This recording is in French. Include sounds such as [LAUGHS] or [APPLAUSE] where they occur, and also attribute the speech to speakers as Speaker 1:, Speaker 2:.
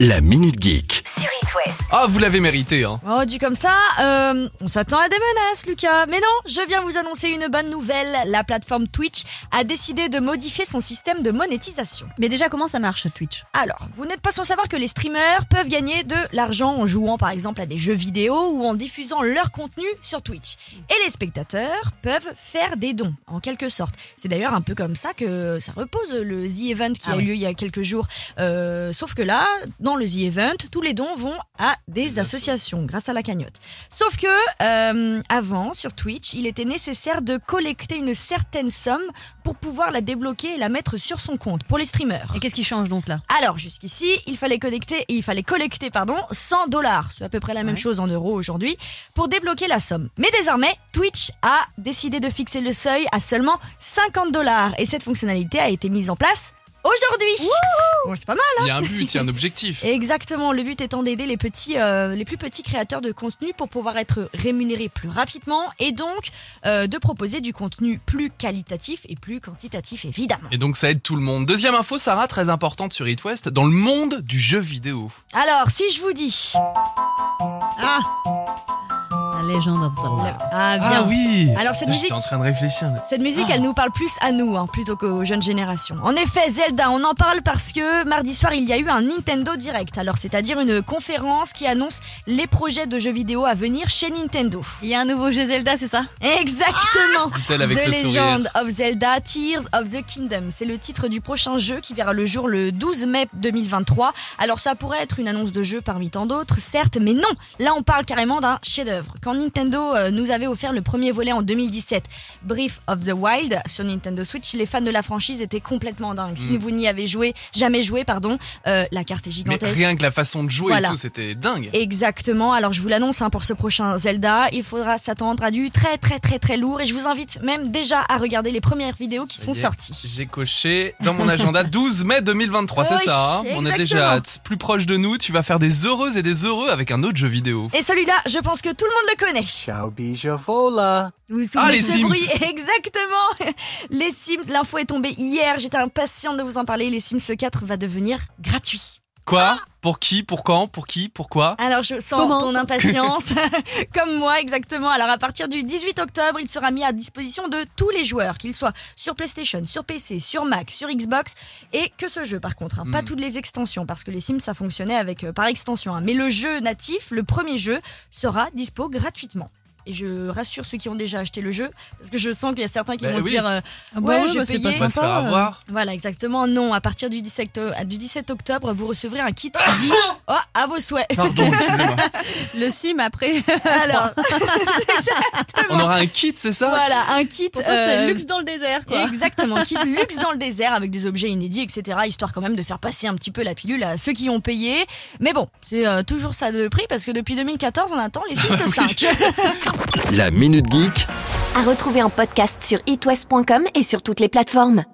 Speaker 1: La Minute Geek.
Speaker 2: sur It West.
Speaker 3: Ah, vous l'avez mérité, hein.
Speaker 4: Oh, dit comme ça, euh, on s'attend à des menaces, Lucas. Mais non, je viens vous annoncer une bonne nouvelle. La plateforme Twitch a décidé de modifier son système de monétisation.
Speaker 5: Mais déjà, comment ça marche Twitch
Speaker 4: Alors, vous n'êtes pas sans savoir que les streamers peuvent gagner de l'argent en jouant par exemple à des jeux vidéo ou en diffusant leur contenu sur Twitch. Et les spectateurs peuvent faire des dons, en quelque sorte. C'est d'ailleurs un peu comme ça que ça repose le The Event qui
Speaker 5: Ah
Speaker 4: a eu
Speaker 5: oui.
Speaker 4: lieu il y a quelques jours. Euh, sauf que là, dans le The Event, tous les dons vont à des associations grâce à la cagnotte. Sauf que, euh, avant, sur Twitch, il était nécessaire de collecter une certaine somme pour pouvoir la débloquer et la mettre sur son compte pour les streamers.
Speaker 5: Et qu'est-ce qui change donc là
Speaker 4: Alors jusqu'ici, il fallait connecter, il fallait collecter pardon 100 dollars, c'est à peu près la même
Speaker 5: Ouais.
Speaker 4: chose en euros aujourd'hui, pour débloquer la somme. Mais désormais, Twitch a décidé de fixer le seuil à seulement 50 dollars et cette fonctionnalité a été mise en place aujourd'hui. Bon, c'est pas mal.
Speaker 3: Il y a un but, il y a un objectif.
Speaker 4: Exactement, le but étant d'aider les petits, euh, les plus petits créateurs de contenu pour pouvoir être rémunérés plus rapidement et donc euh, de proposer du contenu plus qualitatif et plus quantitatif évidemment.
Speaker 3: Et donc ça aide tout le monde. Deuxième info, Sarah, très importante sur It West, dans le monde du jeu vidéo.
Speaker 4: Alors si je vous dis, ah,
Speaker 5: La Legend of Zelda.
Speaker 4: ah bien.
Speaker 3: oui Ah,
Speaker 4: Alors cette musique,
Speaker 3: de réfléchir.
Speaker 4: cette musique, elle nous parle plus à nous hein, plutôt qu'aux jeunes générations. En effet, Zelda, on en parle parce que mardi soir, il y a eu un Nintendo Direct. Alors, c'est-à-dire une conférence qui annonce les projets de jeux vidéo à venir chez Nintendo.
Speaker 5: Il y a un nouveau jeu Zelda, c'est ça
Speaker 4: Exactement.
Speaker 3: Dit-elle avec
Speaker 4: the
Speaker 3: le sourire.
Speaker 4: Legend of Zelda Tears of the Kingdom, c'est le titre du prochain jeu qui verra le jour le 12 mai 2023. Alors ça pourrait être une annonce de jeu parmi tant d'autres, certes, mais non. Là, on parle carrément d'un chef-d'œuvre. Quand Nintendo euh, nous avait offert le premier volet en 2017, Brief of the Wild sur Nintendo Switch, les fans de la franchise étaient complètement dingues. Si
Speaker 3: Mm.
Speaker 4: vous n'y avez joué, jamais joué, pardon, euh, la carte est
Speaker 3: Mais
Speaker 4: gigantesque.
Speaker 3: rien que la façon de jouer
Speaker 4: Voilà.
Speaker 3: et tout, c'était dingue.
Speaker 4: Exactement. Alors je vous l'annonce hein, pour ce prochain Zelda, il faudra s'attendre à du très très très très lourd et je vous invite même déjà à regarder les premières vidéos qui
Speaker 3: Ça
Speaker 4: sont
Speaker 3: y est,
Speaker 4: sorties.
Speaker 3: J'ai coché dans
Speaker 4: [LAUGHS]
Speaker 3: mon agenda 12 mai 2023, c'est
Speaker 4: Oui,
Speaker 3: ça. hein On est
Speaker 4: exactement.
Speaker 3: déjà hâte. plus proche de nous. Tu vas faire des heureuses et des heureux avec un autre jeu vidéo.
Speaker 4: Et celui-là, je pense que tout le monde le connaît.
Speaker 6: Ciao Bijavola.
Speaker 4: Vous vous
Speaker 3: Ah,
Speaker 4: souvenez
Speaker 3: les
Speaker 4: de ce
Speaker 3: Sims.
Speaker 4: bruit [LAUGHS] Exactement Les Sims, l'info est tombée hier, j'étais impatiente de vous en parler. Les Sims 4 va devenir gratuit.
Speaker 3: Quoi Pour qui Pour quand Pour qui Pourquoi
Speaker 4: Alors je sens
Speaker 5: Comment
Speaker 4: ton impatience, [LAUGHS] comme moi exactement. Alors à partir du 18 octobre, il sera mis à disposition de tous les joueurs, qu'ils soient sur PlayStation, sur PC, sur Mac, sur Xbox, et que ce jeu par contre, hein, pas
Speaker 3: Mm.
Speaker 4: toutes les extensions, parce que les Sims ça fonctionnait avec euh, par extension, hein. mais le jeu natif, le premier jeu, sera dispo gratuitement. Et je rassure ceux qui ont déjà acheté le jeu, parce que je sens qu'il y a certains qui
Speaker 3: Bah
Speaker 4: vont se
Speaker 3: oui.
Speaker 4: dire euh,
Speaker 5: Ah bah
Speaker 4: ouais,
Speaker 5: ouais,
Speaker 4: j'ai
Speaker 5: bah c'est
Speaker 4: payé.
Speaker 5: pas
Speaker 3: On va se faire
Speaker 5: sympa, euh.
Speaker 3: avoir.
Speaker 4: Voilà, exactement. Non, à partir du 17, octo- euh, du 17 octobre, vous recevrez un
Speaker 3: [LAUGHS]
Speaker 4: kit dit oh, à vos souhaits.
Speaker 3: Pardon,
Speaker 4: [LAUGHS]
Speaker 3: excusez-moi.
Speaker 5: Le sim après. [LAUGHS]
Speaker 4: Alors,
Speaker 3: On aura un kit, c'est ça
Speaker 4: Voilà, un kit.
Speaker 5: Pour toi,
Speaker 4: euh,
Speaker 5: c'est luxe dans le désert quoi.
Speaker 4: Exactement,
Speaker 5: [LAUGHS]
Speaker 4: kit luxe dans le désert avec des objets inédits, etc. Histoire quand même de faire passer un petit peu la pilule à ceux qui ont payé. Mais bon, c'est euh, toujours ça de prix parce que depuis 2014,
Speaker 5: [LAUGHS]
Speaker 4: on attend les Sims 5.
Speaker 1: La Minute Geek
Speaker 2: À retrouver en podcast sur itwest.com et sur toutes les plateformes.